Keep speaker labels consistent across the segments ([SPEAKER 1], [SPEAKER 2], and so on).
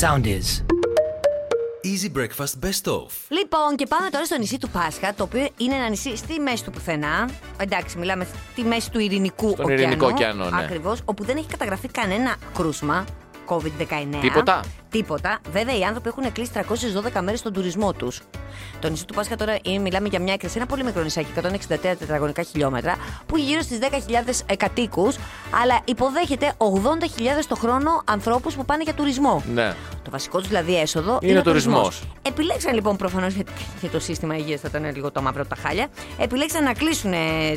[SPEAKER 1] Sound is.
[SPEAKER 2] Easy Breakfast Best Of.
[SPEAKER 3] Λοιπόν, και πάμε τώρα στο νησί του Πάσχα, το οποίο είναι ένα νησί στη μέση του πουθενά. Εντάξει, μιλάμε στη μέση του Ειρηνικού
[SPEAKER 4] Στον
[SPEAKER 3] ωκεανού.
[SPEAKER 4] Ειρηνικό ωκεανό, ναι.
[SPEAKER 3] Ακριβώς, όπου δεν έχει καταγραφεί κανένα κρούσμα COVID-19.
[SPEAKER 4] Τίποτα.
[SPEAKER 3] Τίποτα. Βέβαια, οι άνθρωποι έχουν κλείσει 312 μέρες στον τουρισμό τους. Το νησί του Πάσχα τώρα ε, μιλάμε για μια έκταση, ένα πολύ μικρό νησάκι, 163 τετραγωνικά χιλιόμετρα, που έχει γύρω στις 10.000 κατοίκου, αλλά υποδέχεται 80.000 το χρόνο ανθρώπους που πάνε για τουρισμό.
[SPEAKER 4] Ναι.
[SPEAKER 3] Το βασικό τους δηλαδή έσοδο
[SPEAKER 4] Είναι
[SPEAKER 3] ο
[SPEAKER 4] τουρισμός.
[SPEAKER 3] τουρισμός. Επιλέξαν λοιπόν προφανώς γιατί και το σύστημα υγείας θα ήταν λίγο το μαύρο από τα χάλια. Επιλέξαν να κλείσουν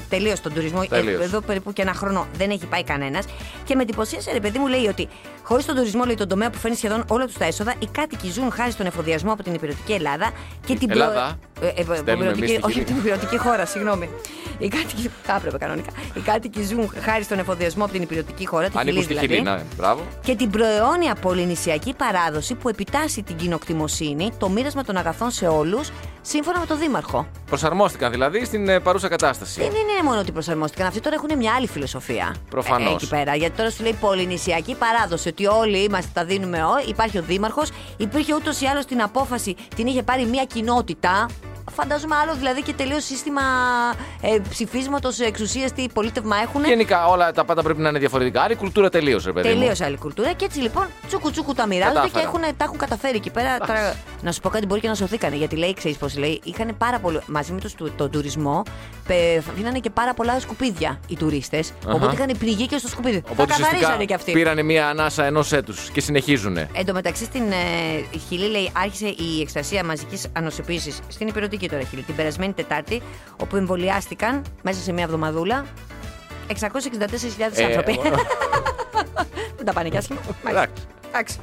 [SPEAKER 3] τελείως τον τουρισμό. Ε,
[SPEAKER 4] Τελείως.
[SPEAKER 3] Εδώ περίπου και ένα χρόνο δεν έχει πάει κανένας. Και με εντυπωσίασε, ρε παιδί μου, λέει ότι χωρίς τον τουρισμό, λέει τον τομέα που φέρνει σχεδόν όλα τους τα έσοδα, οι κάτοικοι ζουν χάρη στον εφοδιασμό από την υπηρετική Ελλάδα και την προ-
[SPEAKER 4] Ελλάδα.
[SPEAKER 3] Ε, ε,
[SPEAKER 4] Στέλνουμε
[SPEAKER 3] υπηρετική-
[SPEAKER 4] εμείς την
[SPEAKER 3] όχι
[SPEAKER 4] κυρία.
[SPEAKER 3] την υπηρετική χώρα, συγγνώμη. Οι κάτοικοι, θα έπρεπε κανονικά. Οι κάτοικοι ζουν χάρη στον εφοδιασμό από την υπηρετική χώρα, τη
[SPEAKER 4] Ανήκουν
[SPEAKER 3] Χιλή
[SPEAKER 4] στη
[SPEAKER 3] δηλαδή
[SPEAKER 4] χιλή. Ναι, μπράβο.
[SPEAKER 3] και την προαιώνια πολυνησιακή παράδοση που επιτάσσει την κοινοκτημοσύνη, το μοίρασμα των αγαθών σε όλους, σύμφωνα με τον Δήμαρχο.
[SPEAKER 4] Προσαρμόστηκαν δηλαδή στην ε, παρούσα
[SPEAKER 3] Δεν
[SPEAKER 4] κατάσταση.
[SPEAKER 3] είναι μόνο ότι προσαρμόστηκαν. Αυτοί τώρα έχουν μια άλλη φιλοσοφία.
[SPEAKER 4] Προφανώς.
[SPEAKER 3] Ε, εκεί πέρα. Γιατί τώρα σου λέει πολυνησιακή παράδοση. Ότι όλοι είμαστε, τα δίνουμε ό, υπάρχει ο Δήμαρχος. Υπήρχε ούτως ή άλλως την απόφαση, την είχε πάρει μια κοινότητα. Φαντάζομαι άλλο δηλαδή και τελείως σύστημα ε, ψηφίσματος εξουσίας, τι πολίτευμα έχουν.
[SPEAKER 4] Γενικά όλα τα πάντα πρέπει να είναι διαφορετικά. Άρα η κουλτούρα τελείωσε, ρε παιδί. μου.
[SPEAKER 3] Τελείως άλλη κουλτούρα. Και έτσι λοιπόν τσούκου τσούκου τα μοιράζονται
[SPEAKER 4] Κατάφερα.
[SPEAKER 3] και έχουν, τα έχουν καταφέρει εκεί πέρα. Τώρα, να σου πω κάτι, μπορεί και να σωθήκανε. Γιατί λέει, ξέρεις πώς λέει, είχαν πάρα πολύ. Μαζί με τους του- τον τουρισμό, πε- αφήνανε και πάρα πολλά σκουπίδια οι τουρίστες.
[SPEAKER 4] Αχα.
[SPEAKER 3] Οπότε είχαν πνιγεί και στο σκουπίδι.
[SPEAKER 4] Οπότε
[SPEAKER 3] τα καθαρίζανε
[SPEAKER 4] ουσιαστικά
[SPEAKER 3] κι αυτοί.
[SPEAKER 4] πήρανε μία ανάσα ενός έτους και συνεχίζουνε.
[SPEAKER 3] Εν τω μεταξύ στην ε, Χιλή, λέει, άρχισε η εκστασία μαζικής ανοσοποίηση στην υπηρετική τώρα Χιλή την περασμένη Τετάρτη, όπου εμβολιάστηκαν μέσα σε μια εβδομαδούλα 664.000
[SPEAKER 4] Ε,
[SPEAKER 3] άνθρωποι.
[SPEAKER 4] ε,
[SPEAKER 3] Δεν τα πάνε κι άσχημα. Μάλιστα.
[SPEAKER 4] Εντάξει.
[SPEAKER 3] Εντάξει.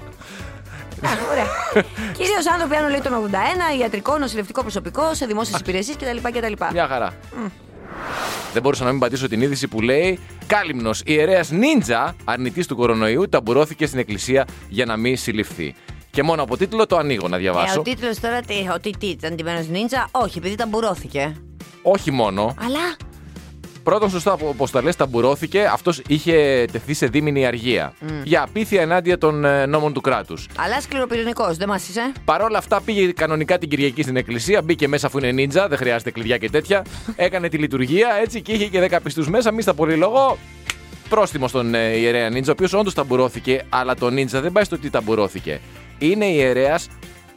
[SPEAKER 3] Α, Ωραία. Κυρίως άνθρωποι άνω λέει των 81, ιατρικό, νοσηλευτικό προσωπικό, σε δημόσιες υπηρεσίες κτλ. κτλ.
[SPEAKER 4] Μια χαρά. Δεν μπορούσα να μην πατήσω την είδηση που λέει Κάλυμνος ιερέας νίντζα, αρνητής του κορονοϊού, ταμπουρώθηκε στην εκκλησία για να μην συλληφθεί. Και μόνο από τίτλο το ανοίγω να
[SPEAKER 3] Ε,
[SPEAKER 4] διαβάσω.
[SPEAKER 3] ο τίτλος τώρα, τι, ο τι, τι, ήταν τυμένος νίντζα, όχι, επειδή ταμπουρώθηκε.
[SPEAKER 4] Όχι μόνο.
[SPEAKER 3] Αλλά.
[SPEAKER 4] Πρώτον, σωστά, όπως τα λες, ταμπουρώθηκε. Αυτός είχε τεθεί σε δίμηνη αργία. Για απίθεια ενάντια των ε, νόμων του κράτους.
[SPEAKER 3] Αλλά σκληροπυρηνικός, δεν μας είσαι.
[SPEAKER 4] Παρ' όλα αυτά πήγε κανονικά την Κυριακή στην εκκλησία, μπήκε μέσα αφού είναι νίντζα, δεν χρειάζεται κλειδιά και τέτοια. Έκανε τη λειτουργία έτσι και είχε και 10 πιστούς μέσα, μη στα πολύ λόγο. Πρόστιμο στον ε, ιερέα νίντζα, ο οποίος όντως ταμπουρώθηκε, αλλά το νίντζα δεν πάει στο τι ταμπουρώθηκε. Είναι ιερέα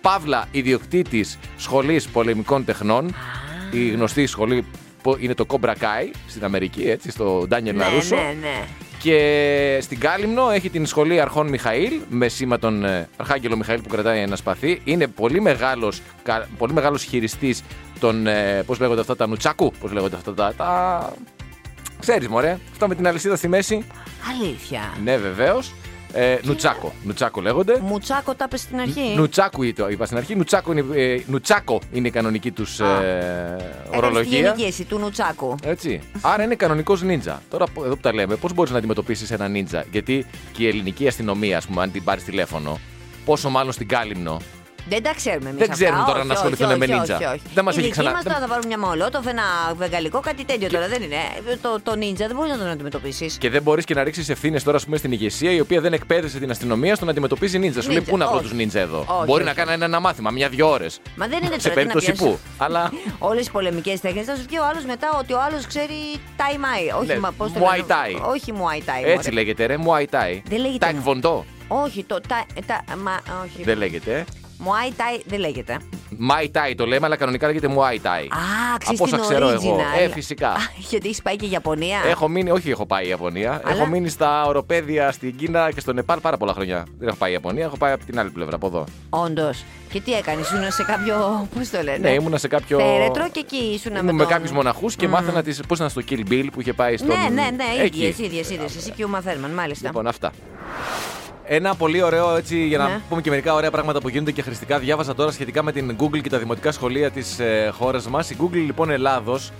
[SPEAKER 4] Παύλα, ιδιοκτήτης σχολής πολεμικών τεχνών. Η γνωστή σχολή που είναι το Cobra Kai στην Αμερική, έτσι, στο Ντάνιελ Λαρούσο.
[SPEAKER 3] ναι, ναι.
[SPEAKER 4] Και στην Κάλυμνο έχει την σχολή Αρχών Μιχαήλ με σήμα τον ε, Αρχάγγελο Μιχαήλ που κρατάει ένα σπαθί. Είναι πολύ μεγάλος, κα- πολύ μεγάλος χειριστής των, ε, πώς λέγονται αυτά, τα νουτσάκου, πώς λέγονται αυτά τα... τα... Ξέρεις μωρέ, αυτά με την αλυσίδα στη μέση.
[SPEAKER 3] Αλήθεια.
[SPEAKER 4] Ναι βεβαίως. Ε, νουτσάκο, νουτσάκο λέγονται.
[SPEAKER 3] Μουτσάκο τα πες στην αρχή.
[SPEAKER 4] Νουτσάκου ή το είπα στην αρχή. Νουτσάκο είναι, ε, νουτσάκο είναι η κανονική τους
[SPEAKER 3] Α.
[SPEAKER 4] ε,
[SPEAKER 3] Έκανες τη
[SPEAKER 4] ορολογία.
[SPEAKER 3] γενική εσύ του Νουτσάκου.
[SPEAKER 4] Έτσι. Άρα είναι κανονικός νίντζα. Τώρα που- εδώ που τα λέμε, πώς μπορείς να αντιμετωπίσεις ένα νίντζα. Γιατί και η ελληνική αστυνομία, ας πούμε, αν την πάρεις τηλέφωνο, πόσο μάλλον στην κάλυμνο.
[SPEAKER 3] Δεν τα ξέρουμε εμείς.
[SPEAKER 4] Δεν ξέρουν τώρα να ασχοληθούν με νίντζα. Δεν μας έχει ξανα-
[SPEAKER 3] Μα
[SPEAKER 4] δεν-
[SPEAKER 3] τώρα θα βάλουν μια μολότοφ, ένα βεγγαλικό, κάτι τέτοιο τώρα δεν είναι. Ε, Το, το νίντζα δεν μπορείς να τον αντιμετωπίσεις.
[SPEAKER 4] Και δεν μπορείς και να ρίξεις ευθύνες τώρα, ας πούμε, στην ηγεσία η οποία δεν εκπαίδευσε την αστυνομία στο να αντιμετωπίζει νίντζα. Σου λέει
[SPEAKER 3] Νίντζα,
[SPEAKER 4] πού να βρω
[SPEAKER 3] όχι.
[SPEAKER 4] τους νίντζα εδώ.
[SPEAKER 3] Όχι, όχι.
[SPEAKER 4] μπορεί να κάνω ένα, ένα μάθημα, μια-δυο ώρες.
[SPEAKER 3] Μα δεν είναι
[SPEAKER 4] Σε
[SPEAKER 3] τώρα τι να
[SPEAKER 4] περίπτωση
[SPEAKER 3] πιάσεις.
[SPEAKER 4] που. Αλλά.
[SPEAKER 3] Όλες οι πολεμικές τέχνες. Θα σου βγει ο άλλος μετά ότι ο άλλος ξέρει Tai Mai. Όχι,
[SPEAKER 4] Ναι,
[SPEAKER 3] μα πώς το
[SPEAKER 4] Muay
[SPEAKER 3] λένε.
[SPEAKER 4] Thai.
[SPEAKER 3] Όχι Muay Thai.
[SPEAKER 4] Έτσι
[SPEAKER 3] μωρέ.
[SPEAKER 4] λέγεται, ρε, Muay Thai.
[SPEAKER 3] Δεν λέγεται.
[SPEAKER 4] Τάικ βοντό.
[SPEAKER 3] Όχι, το. Τα, τα, μα, όχι.
[SPEAKER 4] Δεν λέγεται. ε.
[SPEAKER 3] Muay Thai δεν λέγεται.
[SPEAKER 4] Muay Thai το λέμε, αλλά κανονικά λέγεται Muay Thai.
[SPEAKER 3] Α,
[SPEAKER 4] Από
[SPEAKER 3] ξέρει
[SPEAKER 4] όσα
[SPEAKER 3] την
[SPEAKER 4] ξέρω εγώ.
[SPEAKER 3] original.
[SPEAKER 4] Ε, φυσικά.
[SPEAKER 3] Α, Γιατί έχεις πάει και η Ιαπωνία.
[SPEAKER 4] Έχω μείνει, όχι έχω πάει η Ιαπωνία.
[SPEAKER 3] Αλλά-
[SPEAKER 4] Έχω μείνει στα οροπέδια, στην Κίνα και στο Νεπάλ πάρα πολλά χρόνια. Δεν έχω πάει η Ιαπωνία, έχω πάει από την άλλη πλευρά, από εδώ.
[SPEAKER 3] Όντως. Και τι έκανες, ήσουν σε κάποιο. Πώς το λένε.
[SPEAKER 4] Ναι, ήμουνα σε κάποιο.
[SPEAKER 3] Θέρετρο και εκεί ήσουν με,
[SPEAKER 4] Ήμουν με
[SPEAKER 3] τον-
[SPEAKER 4] κάποιους μοναχούς και μάθαινα τις... πώς ήταν στο Kill Bill που είχε πάει στον.
[SPEAKER 3] Ναι, ναι, ναι,
[SPEAKER 4] Εκεί.
[SPEAKER 3] ίδιες, ίδιες. Εσύ και ο Μαθέρμαν, μάλιστα.
[SPEAKER 4] Λοιπόν, αυτά. Ένα πολύ ωραίο έτσι για να
[SPEAKER 3] Ναι.
[SPEAKER 4] πούμε και μερικά ωραία πράγματα που γίνονται και χρηστικά. Διάβασα τώρα σχετικά με την Google και τα δημοτικά σχολεία της ε, χώρας μας. Η Google λοιπόν Ελλάδος,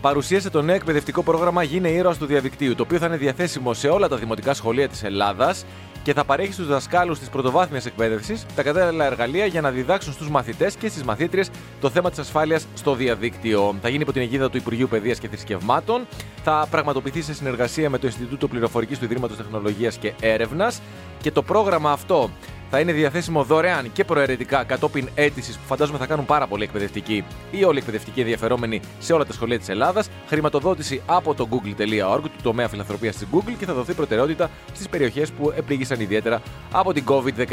[SPEAKER 4] παρουσίασε το νέο εκπαιδευτικό πρόγραμμα Γίνε ήρωας του διαδικτύου, το οποίο θα είναι διαθέσιμο σε όλα τα δημοτικά σχολεία της Ελλάδας και θα παρέχει στους δασκάλους της πρωτοβάθμιας εκπαίδευσης τα κατάλληλα εργαλεία για να διδάξουν στους μαθητές και στις μαθήτριες το θέμα της ασφάλειας στο διαδίκτυο. Θα γίνει υπό την αιγίδα του Υπουργείου Παιδείας και Θρησκευμάτων. Θα πραγματοποιηθεί σε συνεργασία με το Ινστιτούτο Πληροφορικής του Ιδρύματος Τεχνολογίας και Έρευνας. Και το πρόγραμμα αυτό θα είναι διαθέσιμο δωρεάν και προαιρετικά κατόπιν αίτησης που φαντάζομαι θα κάνουν πάρα πολλοί εκπαιδευτικοί ή όλοι οι εκπαιδευτικοί ενδιαφερόμενοι σε όλα τα σχολεία της Ελλάδας. Χρηματοδότηση από το google.org, του τομέα φιλανθρωπίας της Google και θα δοθεί προτεραιότητα στις περιοχές που επλήγησαν ιδιαίτερα από την COVID-19.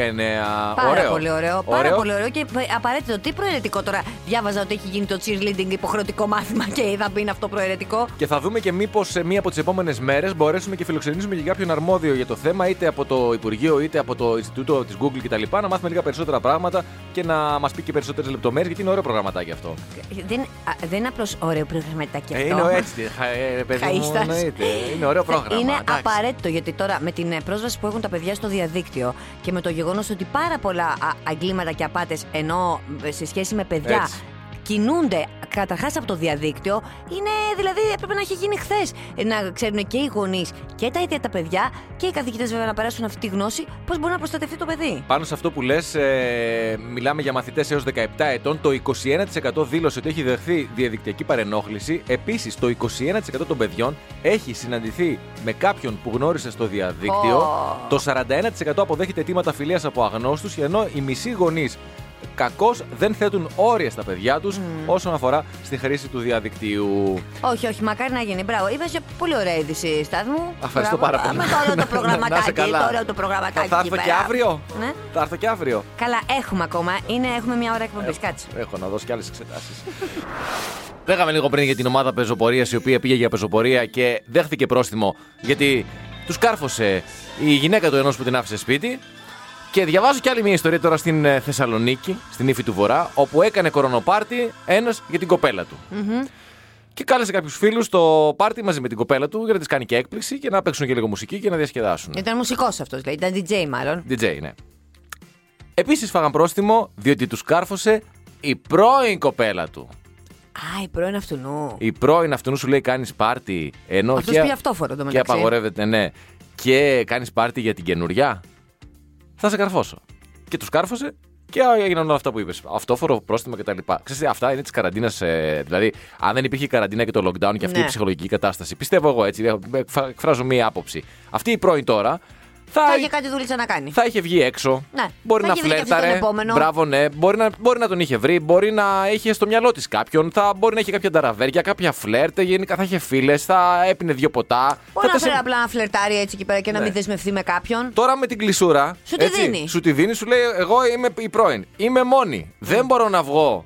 [SPEAKER 3] Πάρα πολύ ωραίο. Πάρα πολύ ωραίο και απαραίτητο. Τι προαιρετικό τώρα. Διάβαζα ότι έχει γίνει το cheerleading υποχρεωτικό μάθημα και θα μπει είναι αυτό προαιρετικό.
[SPEAKER 4] Και θα δούμε και μήπως σε μία από τις επόμενες μέρες μπορέσουμε και φιλοξενήσουμε και κάποιον αρμόδιο για το θέμα, είτε από το Υπουργείο είτε από το Ινστιτούτο της Google κτλ. Να μάθουμε λίγα περισσότερα πράγματα και να μας πει και περισσότερες λεπτομέρειες, γιατί είναι ωραίο προγραμματάκι αυτό.
[SPEAKER 3] Δεν, α, δεν είναι απλώς ωραίο προγραμματάκι αυτό.
[SPEAKER 4] Ε, είναι έτσι. χα- ε, παιδί μου,
[SPEAKER 3] Χαΐστας.
[SPEAKER 4] εννοείται. Είναι ωραίο πρόγραμμα.
[SPEAKER 3] Ε, Είναι
[SPEAKER 4] εντάξει.
[SPEAKER 3] απαραίτητο γιατί τώρα με την ε, πρόσβαση που έχουν τα παιδιά στο διαδίκτυο και με το γεγονός ότι πάρα πολλά α, αγκλήματα και απάτες ενώ ε, σε σχέση με παιδιά
[SPEAKER 4] Έτσι.
[SPEAKER 3] κινούνται καταρχάς από το διαδίκτυο, είναι δηλαδή έπρεπε να έχει γίνει χθες. Να ξέρουν και οι γονείς και τα ίδια τα παιδιά και οι καθηγητές βέβαια να περάσουν αυτή τη γνώση πώς μπορεί να προστατευτεί το παιδί.
[SPEAKER 4] Πάνω σε αυτό που λες, ε, μιλάμε για μαθητές έως 17 ετών. Το 21% δήλωσε ότι έχει δεχθεί διαδικτυακή παρενόχληση. Επίσης, το 21% των παιδιών έχει συναντηθεί με κάποιον που γνώρισε στο διαδίκτυο.
[SPEAKER 3] Ω.
[SPEAKER 4] Το 41% αποδέχεται αιτήματα φιλίας από αγνώστους, ενώ οι μισοί γονείς κακώς δεν θέτουν όρια στα παιδιά τους όσον αφορά στη χρήση του διαδικτύου.
[SPEAKER 3] Όχι, όχι, μακάρι να γίνει. Μπράβο. Είπες μια πολύ ωραία είδηση, Στάθμου.
[SPEAKER 4] Ευχαριστώ
[SPEAKER 3] Μπράβο.
[SPEAKER 4] πάρα πολύ.
[SPEAKER 3] Με το ωραίο το
[SPEAKER 4] Να- να- να είσαι
[SPEAKER 3] προγραμματάκι.
[SPEAKER 4] καλά.
[SPEAKER 3] Το ωραίο το προγραμματάκι.
[SPEAKER 4] Θα έρθω
[SPEAKER 3] εκεί
[SPEAKER 4] και
[SPEAKER 3] πέρα.
[SPEAKER 4] αύριο.
[SPEAKER 3] Ναι.
[SPEAKER 4] Θα έρθω και αύριο.
[SPEAKER 3] Καλά, έχουμε ακόμα. Είναι, έχουμε μια ώρα
[SPEAKER 4] Ε.
[SPEAKER 3] εκπομπή. Κάτσε.
[SPEAKER 4] Έχω να δώσω κι άλλες εξετάσεις. Λέγαμε λίγο πριν για την ομάδα πεζοπορίας η οποία πήγε για πεζοπορία και δέχθηκε πρόστιμο γιατί τους κάρφωσε η γυναίκα του ενός που την άφησε σπίτι. Και διαβάζω κι άλλη μια ιστορία τώρα στην ε, Θεσσαλονίκη, στην ύφη του Βορρά, όπου έκανε κορονοπάρτι ένας για την κοπέλα του. Και κάλεσε κάποιους φίλους στο πάρτι μαζί με την κοπέλα του για να της κάνει και έκπληξη και να παίξουν και λίγο μουσική και να διασκεδάσουν.
[SPEAKER 3] Ήταν μουσικός αυτός, λέει. Ήταν DJ μάλλον.
[SPEAKER 4] DJ, ναι. Επίσης φάγαν πρόστιμο διότι τους κάρφωσε η πρώην κοπέλα του.
[SPEAKER 3] Α, η πρώην αυτού νου.
[SPEAKER 4] Η πρώην αυτού σου λέει κάνεις πάρτι. Ενώ
[SPEAKER 3] Αυτός
[SPEAKER 4] και-
[SPEAKER 3] πήγε αυτόφορο, το
[SPEAKER 4] Και
[SPEAKER 3] μεταξύ.
[SPEAKER 4] απαγορεύεται, ναι. Και κάνεις πάρτι για την καινούρια. Θα σε καρφώσω. Και τους κάρφωσε και έγιναν όλα αυτά που είπες. Αυτόφορο, πρόστιμα κτλ. Ξέρετε, αυτά είναι της καραντίνας. ε, δηλαδή, αν δεν υπήρχε η καραντίνα και το lockdown και αυτή η
[SPEAKER 3] Ναι.
[SPEAKER 4] ψυχολογική κατάσταση. Πιστεύω εγώ έτσι. ε, εκφρα- Εκφράζω μία άποψη. Αυτή η πρώην τώρα.
[SPEAKER 3] Θα είχε κάτι δουλίτσα να κάνει.
[SPEAKER 4] Θα είχε βγει έξω.
[SPEAKER 3] Ναι.
[SPEAKER 4] Μπορεί
[SPEAKER 3] Θα
[SPEAKER 4] να
[SPEAKER 3] είχε βρει και αυτή τον
[SPEAKER 4] φλέρταρε.
[SPEAKER 3] επόμενο.
[SPEAKER 4] Μπράβο, ναι. Μπορεί να, μπορεί να τον είχε βρει. Μπορεί να είχε στο μυαλό της κάποιον. Θα μπορεί να είχε κάποια ταραβέρια, κάποια φλερτ. Γενικά θα είχε φίλες. Θα έπινε δύο ποτά.
[SPEAKER 3] Μπορεί
[SPEAKER 4] θα
[SPEAKER 3] να
[SPEAKER 4] τα σε-
[SPEAKER 3] φέρει απλά να φλερτάρει έτσι εκεί πέρα και να
[SPEAKER 4] Ναι.
[SPEAKER 3] μην δεσμευτεί με κάποιον.
[SPEAKER 4] Τώρα με την κλεισούρα.
[SPEAKER 3] Σου τη δίνει.
[SPEAKER 4] Σου τη δίνει, σου λέει: Εγώ είμαι η πρώην. Είμαι μόνη.
[SPEAKER 3] Mm.
[SPEAKER 4] Δεν μπορώ να βγω.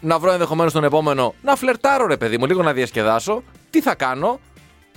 [SPEAKER 4] Να βρω ενδεχομένως τον επόμενο. Να φλερτάρω, ρε παιδί μου, λίγο να διασκεδάσω. Τι θα κάνω.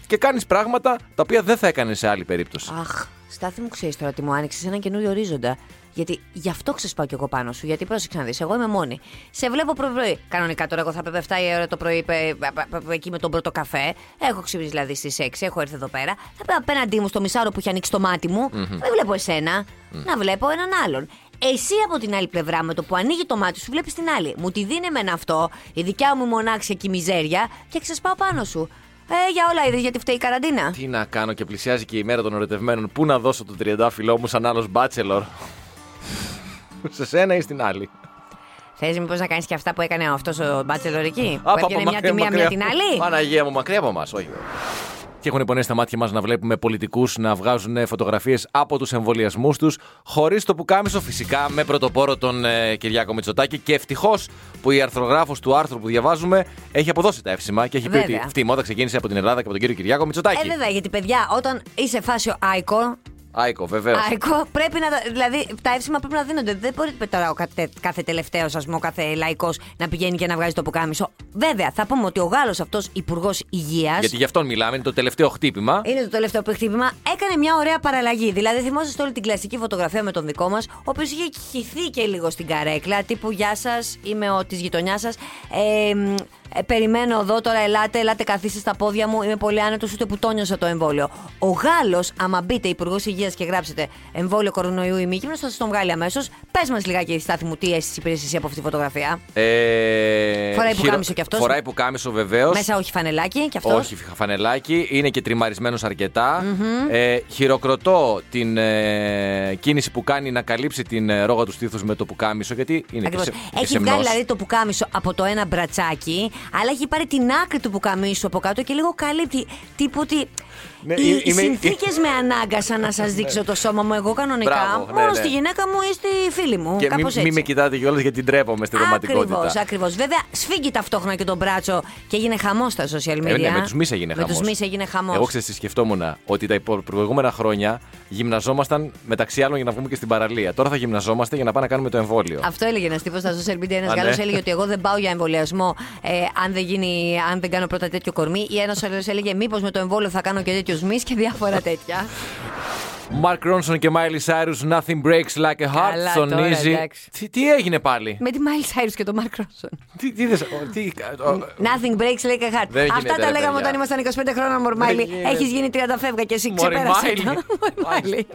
[SPEAKER 4] Και κάνεις πράγματα τα οποία δεν θα έκανες σε άλλη περίπτωση.
[SPEAKER 3] Αχ, Στάθη μου ξέρεις τώρα τι μου άνοιξες έναν καινούριο ορίζοντα. Γιατί γι' αυτό ξεσπάω κι εγώ πάνω σου. Γιατί πρόσεξε να δεις, εγώ είμαι μόνη. Σε βλέπω πρωί. Κανονικά τώρα εγώ θα έπρεπε 7 η ώρα το πρωί πε- πα- πα- πα- εκεί με τον πρώτο καφέ. Έχω ξυπνήσει δηλαδή στις 6, έχω έρθει εδώ πέρα. Θα πρέπει απέναντί μου στο μισάρο που έχει ανοίξει το μάτι μου. Δεν βλέπω εσένα. Να βλέπω έναν άλλον. Εσύ από την άλλη πλευρά με το που ανοίγει το μάτι σου βλέπεις την άλλη. Μου τη δίνει εμένα αυτό, η δικιά μου μονάξια και η μιζέρια και ξεσπάω πάνω σου. Ε, για όλα είδες γιατί φταίει η καραντίνα.
[SPEAKER 4] Τι να κάνω και πλησιάζει και η μέρα των ερωτευμένων. Πού να δώσω τον τριεντάφυλλό μου σαν άλλος μπάτσελορ. Σε σένα ή στην άλλη.
[SPEAKER 3] Θες μήπως να κάνεις και αυτά που έκανε αυτός ο μπάτσελορ εκεί.
[SPEAKER 4] Άπα,
[SPEAKER 3] που έβγαινε μια
[SPEAKER 4] μακριά,
[SPEAKER 3] τη μία, μια
[SPEAKER 4] μακριά.
[SPEAKER 3] την άλλη.
[SPEAKER 4] Παναγία μου, μακριά από εμάς, όχι. Και έχουν πονέσει τα μάτια μας να βλέπουμε πολιτικούς να βγάζουν φωτογραφίες από τους εμβολιασμούς τους, χωρίς το πουκάμισο φυσικά με πρωτοπόρο τον ε, Κυριάκο Μητσοτάκη. Και ευτυχώς που η αρθρογράφος του άρθρου που διαβάζουμε έχει αποδώσει τα εύσημα και έχει πει
[SPEAKER 3] Βέβαια.
[SPEAKER 4] ότι αυτή η μόδα ξεκίνησε από την Ελλάδα και από τον κύριο Κυριάκο Μητσοτάκη.
[SPEAKER 3] Ε, βέβαια, γιατί παιδιά, όταν είσαι φάση άικο,
[SPEAKER 4] Άικο, βεβαίως.
[SPEAKER 3] άικο πρέπει να. τα- Δηλαδή, τα εύσημα πρέπει να δίνονται. Δεν μπορεί τώρα ο κατε, κάθε τελευταίος, ας πούμε, ο κάθε λαϊκός να πηγαίνει και να βγάζει το πουκάμισο. Βέβαια, θα πούμε ότι ο Γάλλος αυτός υπουργός υγείας.
[SPEAKER 4] Γιατί γι' αυτόν μιλάμε, είναι το τελευταίο χτύπημα.
[SPEAKER 3] Είναι το τελευταίο που χτύπημα. Έκανε μια ωραία παραλλαγή. Δηλαδή, θυμόσαστε όλη την κλασική φωτογραφία με τον δικό μας, ο οποίος είχε χυθεί και λίγο στην καρέκλα. Τύπου Γεια σας, είμαι ο της γειτονιάς σας. Ε, μ, ε, περιμένω εδώ τώρα, ελάτε, ελάτε, καθίστε στα πόδια μου. Είμαι πολύ άνετος, ούτε που τόνιωσα το εμβόλιο. Ο Γάλλος, άμα μπείτε Υπουργός Υγείας και γράψετε εμβόλιο κορονοϊού ή μη κύμνος, θα σας τον βγάλει αμέσως. Πες μας λιγάκι, Στάθη μου, τι αίσθηση πήρε εσύ από αυτή τη φωτογραφία.
[SPEAKER 4] Ε,
[SPEAKER 3] Φοράει πουκάμισο κι αυτός.
[SPEAKER 4] Φοράει πουκάμισο βεβαίως.
[SPEAKER 3] Μέσα όχι φανελάκι και αυτός.
[SPEAKER 4] Όχι, φανελάκι. Είναι και τριμαρισμένος Ε, χειροκροτώ την ε, κίνηση που κάνει να καλύψει την ε, ρόγα του στήθους με το πουκάμισο. Γιατί είναι
[SPEAKER 3] Ακριβώς.
[SPEAKER 4] Ναι, και, σε, και
[SPEAKER 3] Έχει
[SPEAKER 4] σεμνός.
[SPEAKER 3] βγάλει δηλαδή το πουκάμισο από το ένα μπρατσάκι, αλλά έχει πάρει την άκρη του πουκαμίσου από κάτω και λίγο καλύπτει. Τύπου ότι
[SPEAKER 4] Ναι,
[SPEAKER 3] οι
[SPEAKER 4] ε-
[SPEAKER 3] οι
[SPEAKER 4] είμαι- Ναι.
[SPEAKER 3] συνθήκες με ανάγκασαν να σας δείξω το σώμα μου. Εγώ κανονικά.
[SPEAKER 4] Μπράβο, ναι,
[SPEAKER 3] μόνος
[SPEAKER 4] ναι.
[SPEAKER 3] στη γυναίκα μου ή στη φίλη μου.
[SPEAKER 4] Και
[SPEAKER 3] Κάπω
[SPEAKER 4] μην
[SPEAKER 3] έτσι.
[SPEAKER 4] μη με κοιτάτε κιόλας γιατί τρέπομαι στην
[SPEAKER 3] Ακριβώς,
[SPEAKER 4] πραγματικότητα.
[SPEAKER 3] ακριβώς. Βέβαια, σφίγγει ταυτόχρονα και τον μπράτσο και έγινε χαμός στα social media.
[SPEAKER 4] Ε, ναι, με τους μη έγινε
[SPEAKER 3] Με
[SPEAKER 4] χαμό.
[SPEAKER 3] τους μης έγινε χαμός.
[SPEAKER 4] Εγώ ξέρεις, σκεφτόμουν ότι τα υπο- προηγούμενα χρόνια γυμναζόμασταν μεταξύ άλλων για να βγούμε και στην παραλία. Τώρα θα γυμναζόμαστε για να πάμε να κάνουμε το εμβόλιο.
[SPEAKER 3] Αυτό έλεγε ένας τύπος στα social media. Ένας
[SPEAKER 4] Α,
[SPEAKER 3] Γάλλος
[SPEAKER 4] ναι.
[SPEAKER 3] έλεγε ότι εγώ δεν πάω για εμβολιασμό ε, αν, δεν γίνει, αν δεν κάνω πρώτα τέτοιο κορμί. Ή ένας άλλος έλεγε μήπως με το εμβόλιο θα κάνω και τέτοιους μη και διάφορα τέτοια.
[SPEAKER 4] Μαρκ Ρόνσον και Μάιλι Cyrus, Nothing Breaks Like a Heart,
[SPEAKER 3] Καλά, τώρα,
[SPEAKER 4] σονίζει.
[SPEAKER 3] εντάξει.
[SPEAKER 4] Τι, τι έγινε πάλι.
[SPEAKER 3] με τη Miley Cyrus και τον Mark Ronson.
[SPEAKER 4] τι, τι, δες, ο, τι, ο-
[SPEAKER 3] Nothing breaks like a heart.
[SPEAKER 4] Δεν γίνεται,
[SPEAKER 3] Αυτά
[SPEAKER 4] ρε,
[SPEAKER 3] τα λέγαμε
[SPEAKER 4] παιδιά.
[SPEAKER 3] όταν ήμασταν 25 χρόνια, Μωρ Μάιλι.
[SPEAKER 4] γίνεται.
[SPEAKER 3] Έχεις γίνει 30 φεύγα και εσύ
[SPEAKER 4] Μωρή
[SPEAKER 3] ξεπέρασε.
[SPEAKER 4] Μάιλι.
[SPEAKER 3] Μορμάλι.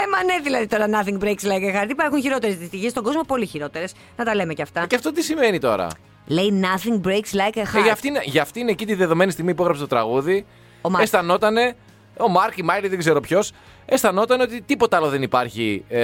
[SPEAKER 3] Ε, μα ναι, δηλαδή τώρα nothing breaks like a heart. Υπάρχουν χειρότερες δυστυχίες στον κόσμο, πολύ χειρότερες. Να τα λέμε κι αυτά.
[SPEAKER 4] Ε, Και αυτό τι σημαίνει τώρα.
[SPEAKER 3] Λέει nothing breaks like a
[SPEAKER 4] Ε, για,
[SPEAKER 3] heart.
[SPEAKER 4] αυτήν, για αυτήν εκείνη τη δεδομένη στιγμή που έγραψε το τραγούδι,
[SPEAKER 3] Ο Μάρκ.
[SPEAKER 4] αισθανότανε. Ο Μάρκ, η Μάιλι, δεν ξέρω ποιος, αισθανόταν ότι τίποτα άλλο δεν υπάρχει ε,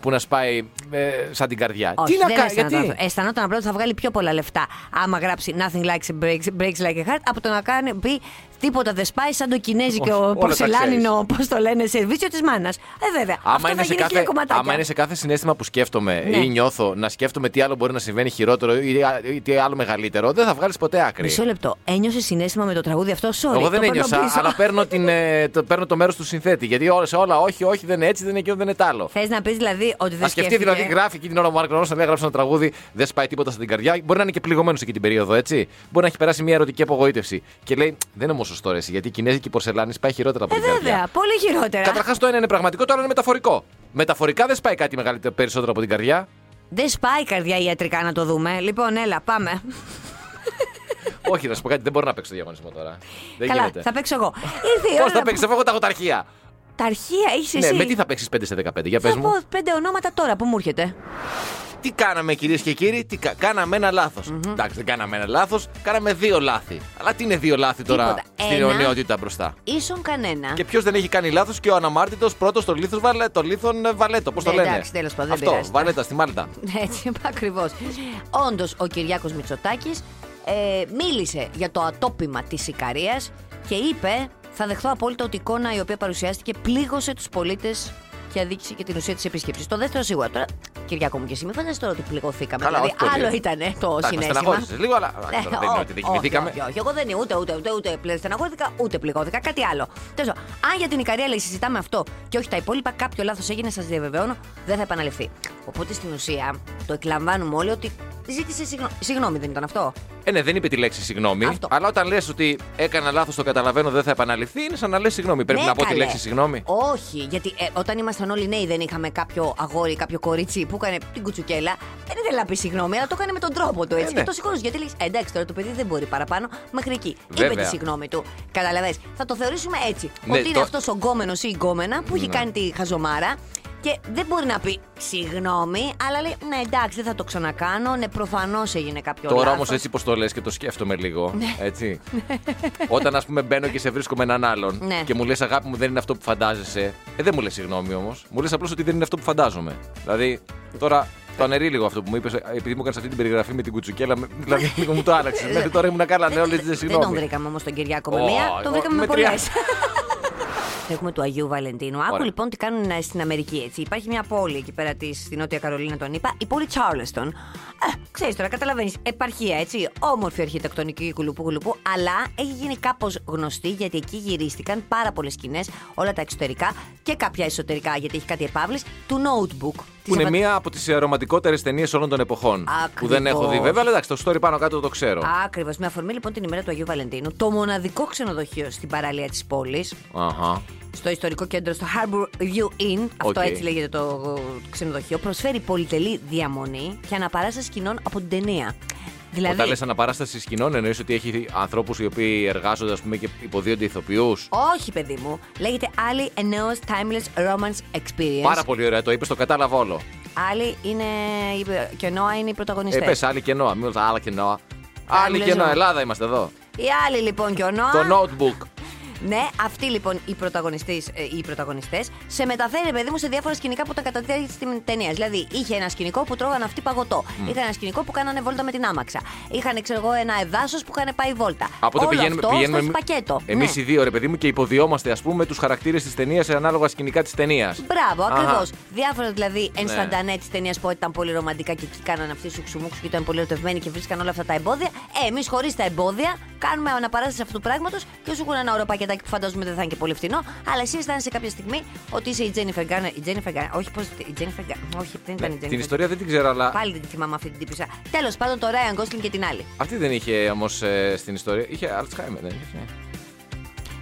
[SPEAKER 4] που να σπάει ε, σαν την καρδιά.
[SPEAKER 3] Όχι,
[SPEAKER 4] τι να
[SPEAKER 3] δεν Ε,
[SPEAKER 4] κάνει,
[SPEAKER 3] αισθανόταν
[SPEAKER 4] γιατί.
[SPEAKER 3] αυτό. Αισθανόταν απλά ότι θα βγάλει πιο πολλά λεφτά άμα γράψει Nothing like breaks, breaks like a heart από το να κάνει, πει τίποτα δεν σπάει σαν το
[SPEAKER 4] Όλα
[SPEAKER 3] κινέζικο
[SPEAKER 4] τα
[SPEAKER 3] πορσελάνινο, πώς το λένε, σερβίτσιο της μάνας. Ε, βέβαια. αυτό θα γίνει χίλια κομματάκια.
[SPEAKER 4] άμα είναι σε κάθε συνέστημα που σκέφτομαι
[SPEAKER 3] Ναι.
[SPEAKER 4] ή νιώθω να σκέφτομαι τι άλλο μπορεί να συμβαίνει χειρότερο ή, ή τι άλλο μεγαλύτερο, δεν θα βγάλεις ποτέ άκρη.
[SPEAKER 3] Μισό λεπτό. Ένιωσε συνέστημα με το τραγούδι αυτό, sorry.
[SPEAKER 4] Εγώ
[SPEAKER 3] το
[SPEAKER 4] δεν
[SPEAKER 3] παίρνω
[SPEAKER 4] ένιωσα,
[SPEAKER 3] πίσω.
[SPEAKER 4] αλλά παίρνω, την, ε, το, παίρνω το μέρος του συνθέτη. Γιατί όλα, σε όλα, όχι, όχι, δεν είναι έτσι, δεν είναι εκείνο, δεν είναι τ' άλλο.
[SPEAKER 3] Θες να πεις δηλαδή ότι
[SPEAKER 4] Να
[SPEAKER 3] δεν
[SPEAKER 4] σκεφτεί δηλαδή, γράφει εκεί την ώρα ο Μάρκο Ρόνσον, λέει, γράψει ένα τραγούδι, δεν σπάει τίποτα στην καρδιά. Μπορεί να είναι και πληγωμένος εκεί την περίοδο, έτσι. Μπορεί να έχει περάσει μια ερωτική απογοήτευση. Και λέει, δεν είναι όμω σωστό ρε, εσύ, γιατί η κινέζικη πορσελάνη σπάει χειρότερα από
[SPEAKER 3] Ε,
[SPEAKER 4] την καρδιά.
[SPEAKER 3] βέβαια, πολύ χειρότερα.
[SPEAKER 4] Καταρχάς το ένα είναι πραγματικό, το άλλο είναι μεταφορικό. Μεταφορικά δεν σπάει κάτι μεγαλύτερο περισσότερο από την καρδιά.
[SPEAKER 3] Δεν σπάει η καρδιά ιατρικά να το δούμε. Λοιπόν, έλα, πάμε.
[SPEAKER 4] Όχι, να σου πω κάτι, δεν μπορώ να παίξω το διαγωνισμό τώρα. Δεν
[SPEAKER 3] Καλά,
[SPEAKER 4] γίνεται.
[SPEAKER 3] θα παίξω εγώ. Ήρθε η
[SPEAKER 4] Πώς
[SPEAKER 3] ώρα
[SPEAKER 4] θα
[SPEAKER 3] να-
[SPEAKER 4] παίξεις, αφού έχω τα αγωταρχία.
[SPEAKER 3] Τα αρχεία έχεις
[SPEAKER 4] Ναι,
[SPEAKER 3] εσύ.
[SPEAKER 4] με τι θα παίξεις 5 σε 15, για πε
[SPEAKER 3] Θα
[SPEAKER 4] μου.
[SPEAKER 3] πω πέντε ονόματα τώρα που μου έρχεται.
[SPEAKER 4] Τι κάναμε κυρίες και κύριοι, τι κα- κάναμε ένα λάθος. Εντάξει, δεν κάναμε ένα λάθος, κάναμε δύο λάθη. Αλλά τι είναι δύο λάθη τώρα
[SPEAKER 3] Τίποτα.
[SPEAKER 4] στην
[SPEAKER 3] Ένα.
[SPEAKER 4] αιωνιότητα μπροστά.
[SPEAKER 3] Ίσον κανένα.
[SPEAKER 4] Και ποιος δεν έχει κάνει λάθος και ο αναμάρτητος πρώτος των λίθων βαλε, το λίθον ε, βαλέτο. Πώς το
[SPEAKER 3] Ναι,
[SPEAKER 4] λένε.
[SPEAKER 3] εντάξει, Ναι, τέλος πάντων, δεν
[SPEAKER 4] Αυτό,
[SPEAKER 3] πειράζει.
[SPEAKER 4] βαλέτα στη Μάλτα.
[SPEAKER 3] Έτσι, ακριβώς. Όντως, ο Κυριάκος Μητσοτάκης ε, μίλησε για το ατόπιμα της Ικαρίας και είπε: Θα δεχθώ απόλυτα ότι η εικόνα η οποία παρουσιάστηκε πλήγωσε τους πολίτες και αδίκησε και την ουσία της επίσκεψης. Το δεύτερο σίγουρα. Τώρα, Κυριάκο μου και εσύ, μην φαντάζεσαι τώρα ότι πληγωθήκαμε.
[SPEAKER 4] Καλά,
[SPEAKER 3] δηλαδή,
[SPEAKER 4] όχι πολύ.
[SPEAKER 3] άλλο ήταν το
[SPEAKER 4] Εντάξει, με
[SPEAKER 3] συνέστημα.
[SPEAKER 4] στεναχώρησες λίγο, αλλά τώρα δεν
[SPEAKER 3] Ε,
[SPEAKER 4] είναι
[SPEAKER 3] ό,
[SPEAKER 4] ότι
[SPEAKER 3] όχι,
[SPEAKER 4] δεν κοιμηθήκαμε.
[SPEAKER 3] όχι, όχι. Εγώ δεν είναι ούτε, ούτε, ούτε, ούτε πλέον στεναχώρηθηκα, ούτε πληγώθηκα. Κάτι άλλο. Τέλος, αν για την Ικαρία λέει συζητάμε αυτό και όχι τα υπόλοιπα, κάποιο λάθος έγινε, σας διαβεβαιώνω, δεν θα επαναληφθεί. Οπότε στην ουσία το εκλαμβάνουμε όλοι ότι ζήτησε συγγνώ- συγγνώμη, δεν ήταν αυτό.
[SPEAKER 4] Ε, ναι, δεν είπε τη λέξη συγγνώμη.
[SPEAKER 3] Αυτό.
[SPEAKER 4] Αλλά όταν λες ότι έκανα λάθος, το καταλαβαίνω, δεν θα επαναληφθεί, είναι σαν να λες συγγνώμη. Πρέπει
[SPEAKER 3] Ναι,
[SPEAKER 4] να πω τη
[SPEAKER 3] καλέ.
[SPEAKER 4] λέξη συγγνώμη.
[SPEAKER 3] Όχι, γιατί ε, όταν ήμασταν όλοι νέοι δεν είχαμε κάποιο αγόρι, κάποιο κορίτσι που έκανε την κουτσουκέλα. Ε, Δεν ήθελα να πει συγγνώμη, αλλά το έκανε με τον τρόπο του. Έτσι,
[SPEAKER 4] ναι.
[SPEAKER 3] Και το συγχωρούσε. Γιατί λες, εντάξει, τώρα το παιδί δεν μπορεί παραπάνω μέχρι εκεί. Είπε
[SPEAKER 4] Βέβαια.
[SPEAKER 3] τη συγγνώμη του. Καταλαβέ. Θα το θεωρήσουμε έτσι.
[SPEAKER 4] Ναι,
[SPEAKER 3] ότι είναι
[SPEAKER 4] το- Ναι.
[SPEAKER 3] αυτός ο γκόμενος ή η γκόμενα που έχει κάνει τη χαζομάρα. Και δεν μπορεί να πει συγγνώμη, αλλά λέει ναι, εντάξει, δεν θα το ξανακάνω. Ναι, προφανώς έγινε κάποιο
[SPEAKER 4] Τώρα όμω
[SPEAKER 3] λάθος.
[SPEAKER 4] έτσι πως το λες και το σκέφτομαι λίγο.
[SPEAKER 3] Ναι.
[SPEAKER 4] Έτσι. Όταν ας πούμε μπαίνω και σε βρίσκω με έναν άλλον
[SPEAKER 3] Ναι.
[SPEAKER 4] και μου λες αγάπη μου δεν είναι αυτό που φαντάζεσαι. Ε, δεν μου λες συγγνώμη όμως. Μου λες απλώς ότι δεν είναι αυτό που φαντάζομαι. Δηλαδή τώρα το αναιρεί λίγο αυτό που μου είπες, επειδή μου έκανες αυτή την περιγραφή με την κουτσουκέλα. με- Δηλαδή λίγο μου το άλλαξες. Μέχρι τώρα ήμουν καλά, ναι, όλε τι
[SPEAKER 3] Ναι. Ε, Δεν τον
[SPEAKER 4] συγγνώμη.
[SPEAKER 3] βρήκαμε όμως τον Κυριάκο με
[SPEAKER 4] Ω,
[SPEAKER 3] μία, τον
[SPEAKER 4] εγώ-
[SPEAKER 3] βρήκαμε με
[SPEAKER 4] με τρία.
[SPEAKER 3] πολλέ. Έχουμε του Αγίου Βαλεντίνου. Άκου
[SPEAKER 4] Ωραία.
[SPEAKER 3] λοιπόν τι κάνουν ε, στην Αμερική. Έτσι. Υπάρχει μια πόλη εκεί πέρα της, στη Νότια Καρολίνα, τον είπα, η πόλη Charleston. Ε, ξέρεις τώρα, καταλαβαίνεις. Επαρχία, έτσι. Όμορφη αρχιτεκτονική κουλουπού κουλουπού, αλλά έχει γίνει κάπως γνωστή γιατί εκεί γυρίστηκαν πάρα πολλές σκηνές, όλα τα εξωτερικά και κάποια εσωτερικά γιατί έχει κάτι επαύλη, του Notebook. της
[SPEAKER 4] Που είναι
[SPEAKER 3] Εβα-
[SPEAKER 4] μία από τις ρομαντικότερε ταινίες όλων των εποχών. Που δεν έχω δει
[SPEAKER 3] Ακριβώς.
[SPEAKER 4] βέβαια, αλλά εντάξει, το story πάνω κάτω το ξέρω.
[SPEAKER 3] Ακριβώς. Με αφορμή λοιπόν την ημέρα του Αγίου Βαλεντίνου, το μοναδικό ξενοδοχείο στην παραλία της πόλης,
[SPEAKER 4] Αχα.
[SPEAKER 3] στο ιστορικό κέντρο, στο Harbor View Inn, αυτό
[SPEAKER 4] Οκ.
[SPEAKER 3] έτσι λέγεται το ε, ξενοδοχείο, προσφέρει πολυτελή διαμονή και αναπαράσταση σκηνών από την ταινία. Δηλαδή.
[SPEAKER 4] Όταν λες αναπαράσταση σκηνών, εννοείς ότι έχει ανθρώπους οι οποίοι εργάζονται ας πούμε, και υποδίονται ηθοποιούς.
[SPEAKER 3] Όχι, παιδί μου. Λέγεται άλλη νέος timeless romance experience.
[SPEAKER 4] Πάρα πολύ ωραία, το είπες, το κατάλαβα όλο.
[SPEAKER 3] Άλλη είναι. η- και ο Νόα είναι οι πρωταγωνιστές.
[SPEAKER 4] Ε, πες, άλλη και νόα, μην άλλα και νόα. Άλλη
[SPEAKER 3] λες
[SPEAKER 4] και νόα,
[SPEAKER 3] νόα.
[SPEAKER 4] Ελλάδα είμαστε εδώ.
[SPEAKER 3] Η άλλη λοιπόν και ο Νόα.
[SPEAKER 4] Το notebook.
[SPEAKER 3] Ναι, αυτή λοιπόν η πρωταγωνιστής, ε, οι πρωταγωνιστές σε μεταφέρει, παιδί μου, σε διάφορα σκηνικά που τα κατατέλει στην ταινία. Δηλαδή, είχε ένα σκηνικό που τρώγαν αυτοί παγωτό. Είχαν ένα σκηνικό που κάνανε βόλτα με την άμαξα. Είχαν, ξέρω εγώ, ένα εδάσος που είχαν πάει βόλτα.
[SPEAKER 4] Από το
[SPEAKER 3] Όλο
[SPEAKER 4] πηγαίνουμε,
[SPEAKER 3] αυτό
[SPEAKER 4] πηγαίνουμε
[SPEAKER 3] στο πακέτο.
[SPEAKER 4] Εμείς
[SPEAKER 3] ναι.
[SPEAKER 4] οι δύο, ρε παιδί μου, και υποδιόμαστε, ας πούμε, τους χαρακτήρες της ταινίας σε ε, ανάλογα σκηνικά της ταινίας.
[SPEAKER 3] Μπράβο,
[SPEAKER 4] Αχα. Ναι.
[SPEAKER 3] ακριβώς. Διάφορα δηλαδή ενσταντανέ της ταινίας που ήταν πολύ ρομαντικά και εκεί κάνανε αυτή σου ξουμούξου και ήταν πολύ ερωτευμένοι και βρίσκαν όλα αυτά τα εμπόδια. Ε, εμείς χωρίς τα εμπόδια κάνουμε αναπαράσταση αυτού του πράγματος και σου έχουν ένα ωραίο πακετάκι που φαντάζομαι δεν θα είναι και πολύ φθηνό. Αλλά εσύ αισθάνεσαι κάποια στιγμή ότι είσαι η Τζένιφερ Γκάνα. Η Τζένιφερ Γκάνα. Όχι, πώς. Η Τζένιφερ Γκάνα. Όχι, δεν ήταν η
[SPEAKER 4] Ναι, Την
[SPEAKER 3] Τζένιφερ
[SPEAKER 4] ιστορία δεν την ξέρω, αλλά
[SPEAKER 3] Πάλι δεν τη θυμάμαι αυτή την τύπησα. Τέλος πάντων, το Ryan Gosling και την άλλη.
[SPEAKER 4] αυτή δεν είχε όμως στην ιστορία. Είχε Αλτσχάιμερ, δεν είχε.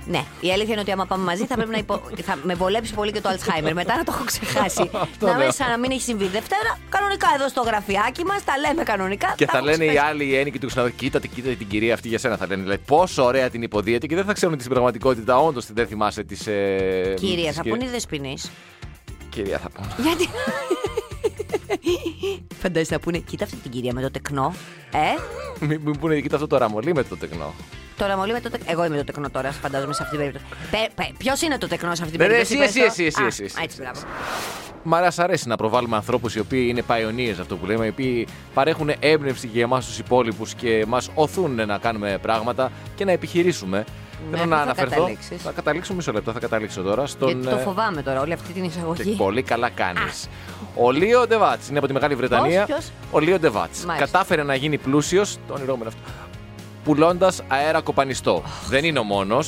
[SPEAKER 3] Ναι, η αλήθεια είναι ότι άμα πάμε μαζί θα πρέπει να υπο... θα με βολέψει πολύ και το Alzheimer. Μετά να το έχω ξεχάσει.
[SPEAKER 4] Αυτό
[SPEAKER 3] να
[SPEAKER 4] λέω.
[SPEAKER 3] μέσα να μην έχει συμβεί. Δευτέρα, κανονικά εδώ στο γραφιάκι μας, τα λέμε κανονικά.
[SPEAKER 4] Και
[SPEAKER 3] τα
[SPEAKER 4] θα
[SPEAKER 3] έχω
[SPEAKER 4] λένε οι
[SPEAKER 3] ξεχάσει.
[SPEAKER 4] άλλοι, οι ένικοι του ξενοδοχείου, κοίτατε, κοίτατε την κυρία αυτή για σένα. Θα λένε, δηλαδή, πόσο ωραία την υποδίεται και δεν θα ξέρουν ότι στην πραγματικότητα όντως δεν θυμάσαι τη. Ε,
[SPEAKER 3] Κυρία,
[SPEAKER 4] τις
[SPEAKER 3] θα
[SPEAKER 4] κυρι-
[SPEAKER 3] πούνε δεσπινή.
[SPEAKER 4] Κυρία, θα πω.
[SPEAKER 3] Γιατί. Φαντάζεσαι να πούνε, κοίτα αυτή την κυρία με το τεκνό. Ε,
[SPEAKER 4] Μην μην πούνε, κοίτα αυτό το ραμολί με το τεκνό.
[SPEAKER 3] τώρα μόλι με το τεκνό. Εγώ είμαι το τεκνό τώρα, φαντάζομαι σε αυτή την περίπτωση. Ποιος είναι το τεκνό σε αυτή την
[SPEAKER 4] Ναι, ναι,
[SPEAKER 3] περίπτωση.
[SPEAKER 4] εσύ,
[SPEAKER 3] πες το.
[SPEAKER 4] εσύ, εσύ,
[SPEAKER 3] Α,
[SPEAKER 4] εσύ, εσύ,
[SPEAKER 3] α, Έτσι,
[SPEAKER 4] εσύ.
[SPEAKER 3] μπράβο.
[SPEAKER 4] Μ' αρέσει, αρέσει να προβάλλουμε ανθρώπους οι οποίοι είναι pioneers, αυτό που λέμε, οι οποίοι παρέχουν έμπνευση για εμάς τους υπόλοιπους και μας οθούν να κάνουμε πράγματα και να επιχειρήσουμε.
[SPEAKER 3] Ναι,
[SPEAKER 4] Θέλω
[SPEAKER 3] πού
[SPEAKER 4] να
[SPEAKER 3] θα
[SPEAKER 4] αναφερθώ.
[SPEAKER 3] καταλήξεις?
[SPEAKER 4] Θα καταλήξω μισό λεπτό, θα καταλήξω τώρα στον.
[SPEAKER 3] Γιατί το
[SPEAKER 4] ε,
[SPEAKER 3] φοβάμαι τώρα, όλη αυτή την
[SPEAKER 4] Και
[SPEAKER 3] εισαγωγή.
[SPEAKER 4] πολύ καλά κάνεις. Ο Λίο Ντεβάτ είναι από τη Μεγάλη Βρετανία.
[SPEAKER 3] Πώς, ποιος?
[SPEAKER 4] Ο Λίο Ντεβάτ.
[SPEAKER 3] Μάλιστα.
[SPEAKER 4] Κατάφερε να γίνει πλούσιος. Το όνειρό μου είναι αυτό. Πουλώντας αέρα κοπανιστό. Δεν είναι ο μόνος,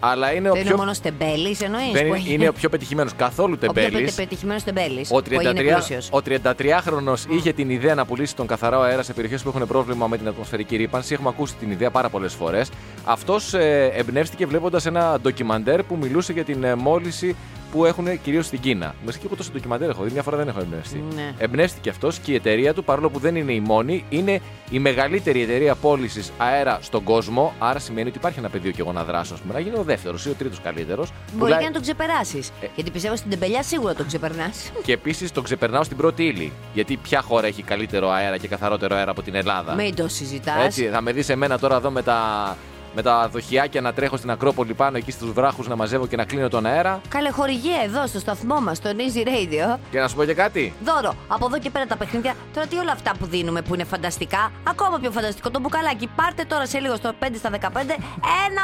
[SPEAKER 4] αλλά είναι ο
[SPEAKER 3] Δεν είναι
[SPEAKER 4] πιο.
[SPEAKER 3] μόνο στεμπέλη, εννοείς.
[SPEAKER 4] δεν είναι, είναι ο πιο πετυχημένος. Καθόλου τεμπέλη.
[SPEAKER 3] πετυχημένος τεμπέλης.
[SPEAKER 4] Ο
[SPEAKER 3] Που έγινε
[SPEAKER 4] 33,
[SPEAKER 3] πλούσιος.
[SPEAKER 4] ο 33χρονο είχε την ιδέα να πουλήσει τον καθαρό αέρα σε περιοχές που έχουν πρόβλημα με την ατμοσφαιρική ρήπανση. Έχουμε ακούσει την ιδέα πάρα πολλές φορές. Αυτός ε, εμπνεύστηκε βλέποντας ένα ντοκιμαντέρ που μιλούσε για την ε, μόλυση που έχουν κυρίως στην Κίνα. Μέσα και εγώ τόσο ντοκιμαντέρ έχω δει, μια φορά δεν έχω εμπνευστεί.
[SPEAKER 3] Ναι.
[SPEAKER 4] Εμπνεύστηκε αυτός και η εταιρεία του, παρόλο που δεν είναι η μόνη, είναι η μεγαλύτερη εταιρεία πώλησης αέρα στον κόσμο. Άρα σημαίνει ότι υπάρχει ένα πεδίο και εγώ να δράσω, ας πούμε, να γίνω ο δεύτερος ή ο τρίτος καλύτερος.
[SPEAKER 3] Μπορεί και να τον ξεπεράσεις.
[SPEAKER 4] Ε.
[SPEAKER 3] Γιατί πιστεύω στην τεμπελιά σίγουρα τον ξεπερνάς.
[SPEAKER 4] Και επίσης τον ξεπερνάω στην πρώτη ύλη. Γιατί ποια χώρα έχει καλύτερο αέρα και καθαρότερο αέρα από την Ελλάδα.
[SPEAKER 3] Μην το συζητάς.
[SPEAKER 4] Έτσι, θα με δεις εμένα τώρα εδώ με τα, με τα δοχιάκια να τρέχω στην Ακρόπολη πάνω εκεί στους βράχους να μαζεύω και να κλείνω τον αέρα.
[SPEAKER 3] Καλέ χορηγία εδώ στο σταθμό μας, στον Easy Radio.
[SPEAKER 4] Και να σου πω και κάτι.
[SPEAKER 3] Δώρο, από εδώ και πέρα τα παιχνίδια. Τώρα τι όλα αυτά που δίνουμε που είναι φανταστικά. Ακόμα πιο φανταστικό το μπουκαλάκι. Πάρτε τώρα σε λίγο στο 5 στα 15 ένα
[SPEAKER 4] Έτσι.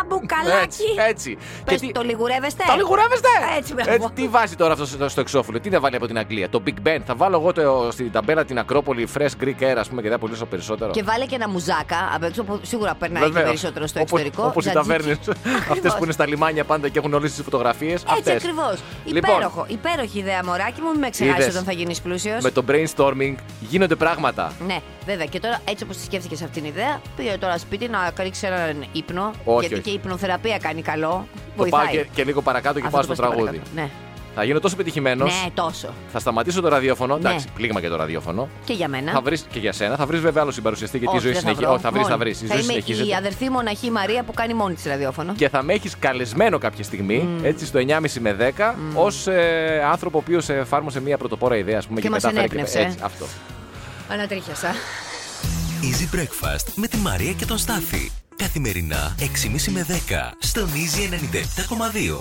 [SPEAKER 3] μπουκαλάκι.
[SPEAKER 4] έτσι.
[SPEAKER 3] Πες,
[SPEAKER 4] τι-
[SPEAKER 3] το λιγουρεύεστε.
[SPEAKER 4] Το λιγουρεύεστε!
[SPEAKER 3] Έτσι, μπράβο.
[SPEAKER 4] τι βάζει τώρα αυτό στο, στο εξώφυλλο, τι να βάλει από την Αγγλία. Το Big Ben, θα βάλω εγώ το, στην ταμπέλα την Ακρόπολη Fresh Greek Air, ας πούμε, και θα πουλήσω περισσότερο.
[SPEAKER 3] Και βάλε και ένα μουζάκα απ' έξω που σίγουρα περνάει και
[SPEAKER 4] Βεβαίως.
[SPEAKER 3] περισσότερο στο
[SPEAKER 4] Όπως-
[SPEAKER 3] εξωτερικό.
[SPEAKER 4] Όπως οι
[SPEAKER 3] Τζατζίκι.
[SPEAKER 4] ταβέρνες. Αυτές
[SPEAKER 3] Ακριβώς.
[SPEAKER 4] που είναι στα λιμάνια πάντα και έχουν όλες τις φωτογραφίες.
[SPEAKER 3] Έτσι ακριβώς.
[SPEAKER 4] Λοιπόν.
[SPEAKER 3] Υπέροχο. Υπέροχη ιδέα, μωράκι μου. Μην με ξεχάσεις
[SPEAKER 4] Είδες.
[SPEAKER 3] όταν θα γίνεις πλούσιος.
[SPEAKER 4] Με το brainstorming γίνονται πράγματα.
[SPEAKER 3] Ναι, βέβαια. Και τώρα, έτσι όπως τη σκέφτηκες αυτή την ιδέα, πήγε τώρα σπίτι να ρίξει έναν ύπνο.
[SPEAKER 4] Όχι,
[SPEAKER 3] γιατί
[SPEAKER 4] όχι.
[SPEAKER 3] και η υπνοθεραπεία κάνει καλό.
[SPEAKER 4] Το
[SPEAKER 3] Βοηθάει.
[SPEAKER 4] πάω και, και λίγο παρακάτω και
[SPEAKER 3] Αυτό
[SPEAKER 4] πάω
[SPEAKER 3] το
[SPEAKER 4] στο
[SPEAKER 3] πας και
[SPEAKER 4] τραγούδι.
[SPEAKER 3] παρακάτω. Ναι.
[SPEAKER 4] Θα γίνω τόσο πετυχημένος.
[SPEAKER 3] ναι, τόσο.
[SPEAKER 4] Θα σταματήσω το ραδιόφωνο.
[SPEAKER 3] Ναι.
[SPEAKER 4] Εντάξει, πλήγμα και το ραδιόφωνο.
[SPEAKER 3] Και για μένα.
[SPEAKER 4] Θα βρεις και για σένα. Θα βρεις βέβαια άλλο συμπαρουσιαστή γιατί η ζωή
[SPEAKER 3] δεν
[SPEAKER 4] συνεχίζεται.
[SPEAKER 3] βρω.
[SPEAKER 4] θα βρεις, θα
[SPEAKER 3] Μόνη.
[SPEAKER 4] βρεις. Η
[SPEAKER 3] Θα
[SPEAKER 4] ζωή
[SPEAKER 3] είμαι η
[SPEAKER 4] συνεχίζεται.
[SPEAKER 3] αδερφή μοναχή Μαρία που κάνει μόνη της ραδιόφωνο.
[SPEAKER 4] Και θα με έχεις καλεσμένο κάποια στιγμή,
[SPEAKER 3] Mm.
[SPEAKER 4] έτσι στο 9.30 με 10, ως ω άνθρωπο ο οποίος εφάρμοσε μια πρωτοπόρα ιδέα, ας πούμε,
[SPEAKER 3] Και
[SPEAKER 4] και,
[SPEAKER 3] μας
[SPEAKER 4] κατάφερε.
[SPEAKER 3] ενέπνευσε.
[SPEAKER 4] Και... Έτσι, αυτό.
[SPEAKER 3] Ανατρίχιασα.
[SPEAKER 2] Easy Breakfast με τη Μαρία και τον Στάφη. Καθημερινά 6.30 με 10 στον Easy 97.2.